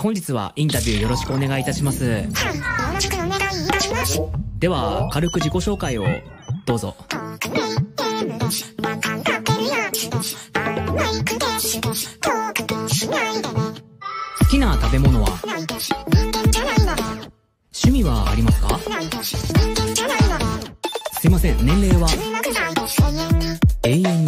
本日はインタビューよろしくお願いいたします。はい、よろしくお願いいたします。では、軽く自己紹介を、どうぞ。特に M です。わかんなってるやつです。あんまいくですです。トークでしないでね。好きな食べ物は、ないです。人間じゃないので。趣味はありますかないです。人間じゃないので。すいません、年齢は中学剤です。永遠に。永遠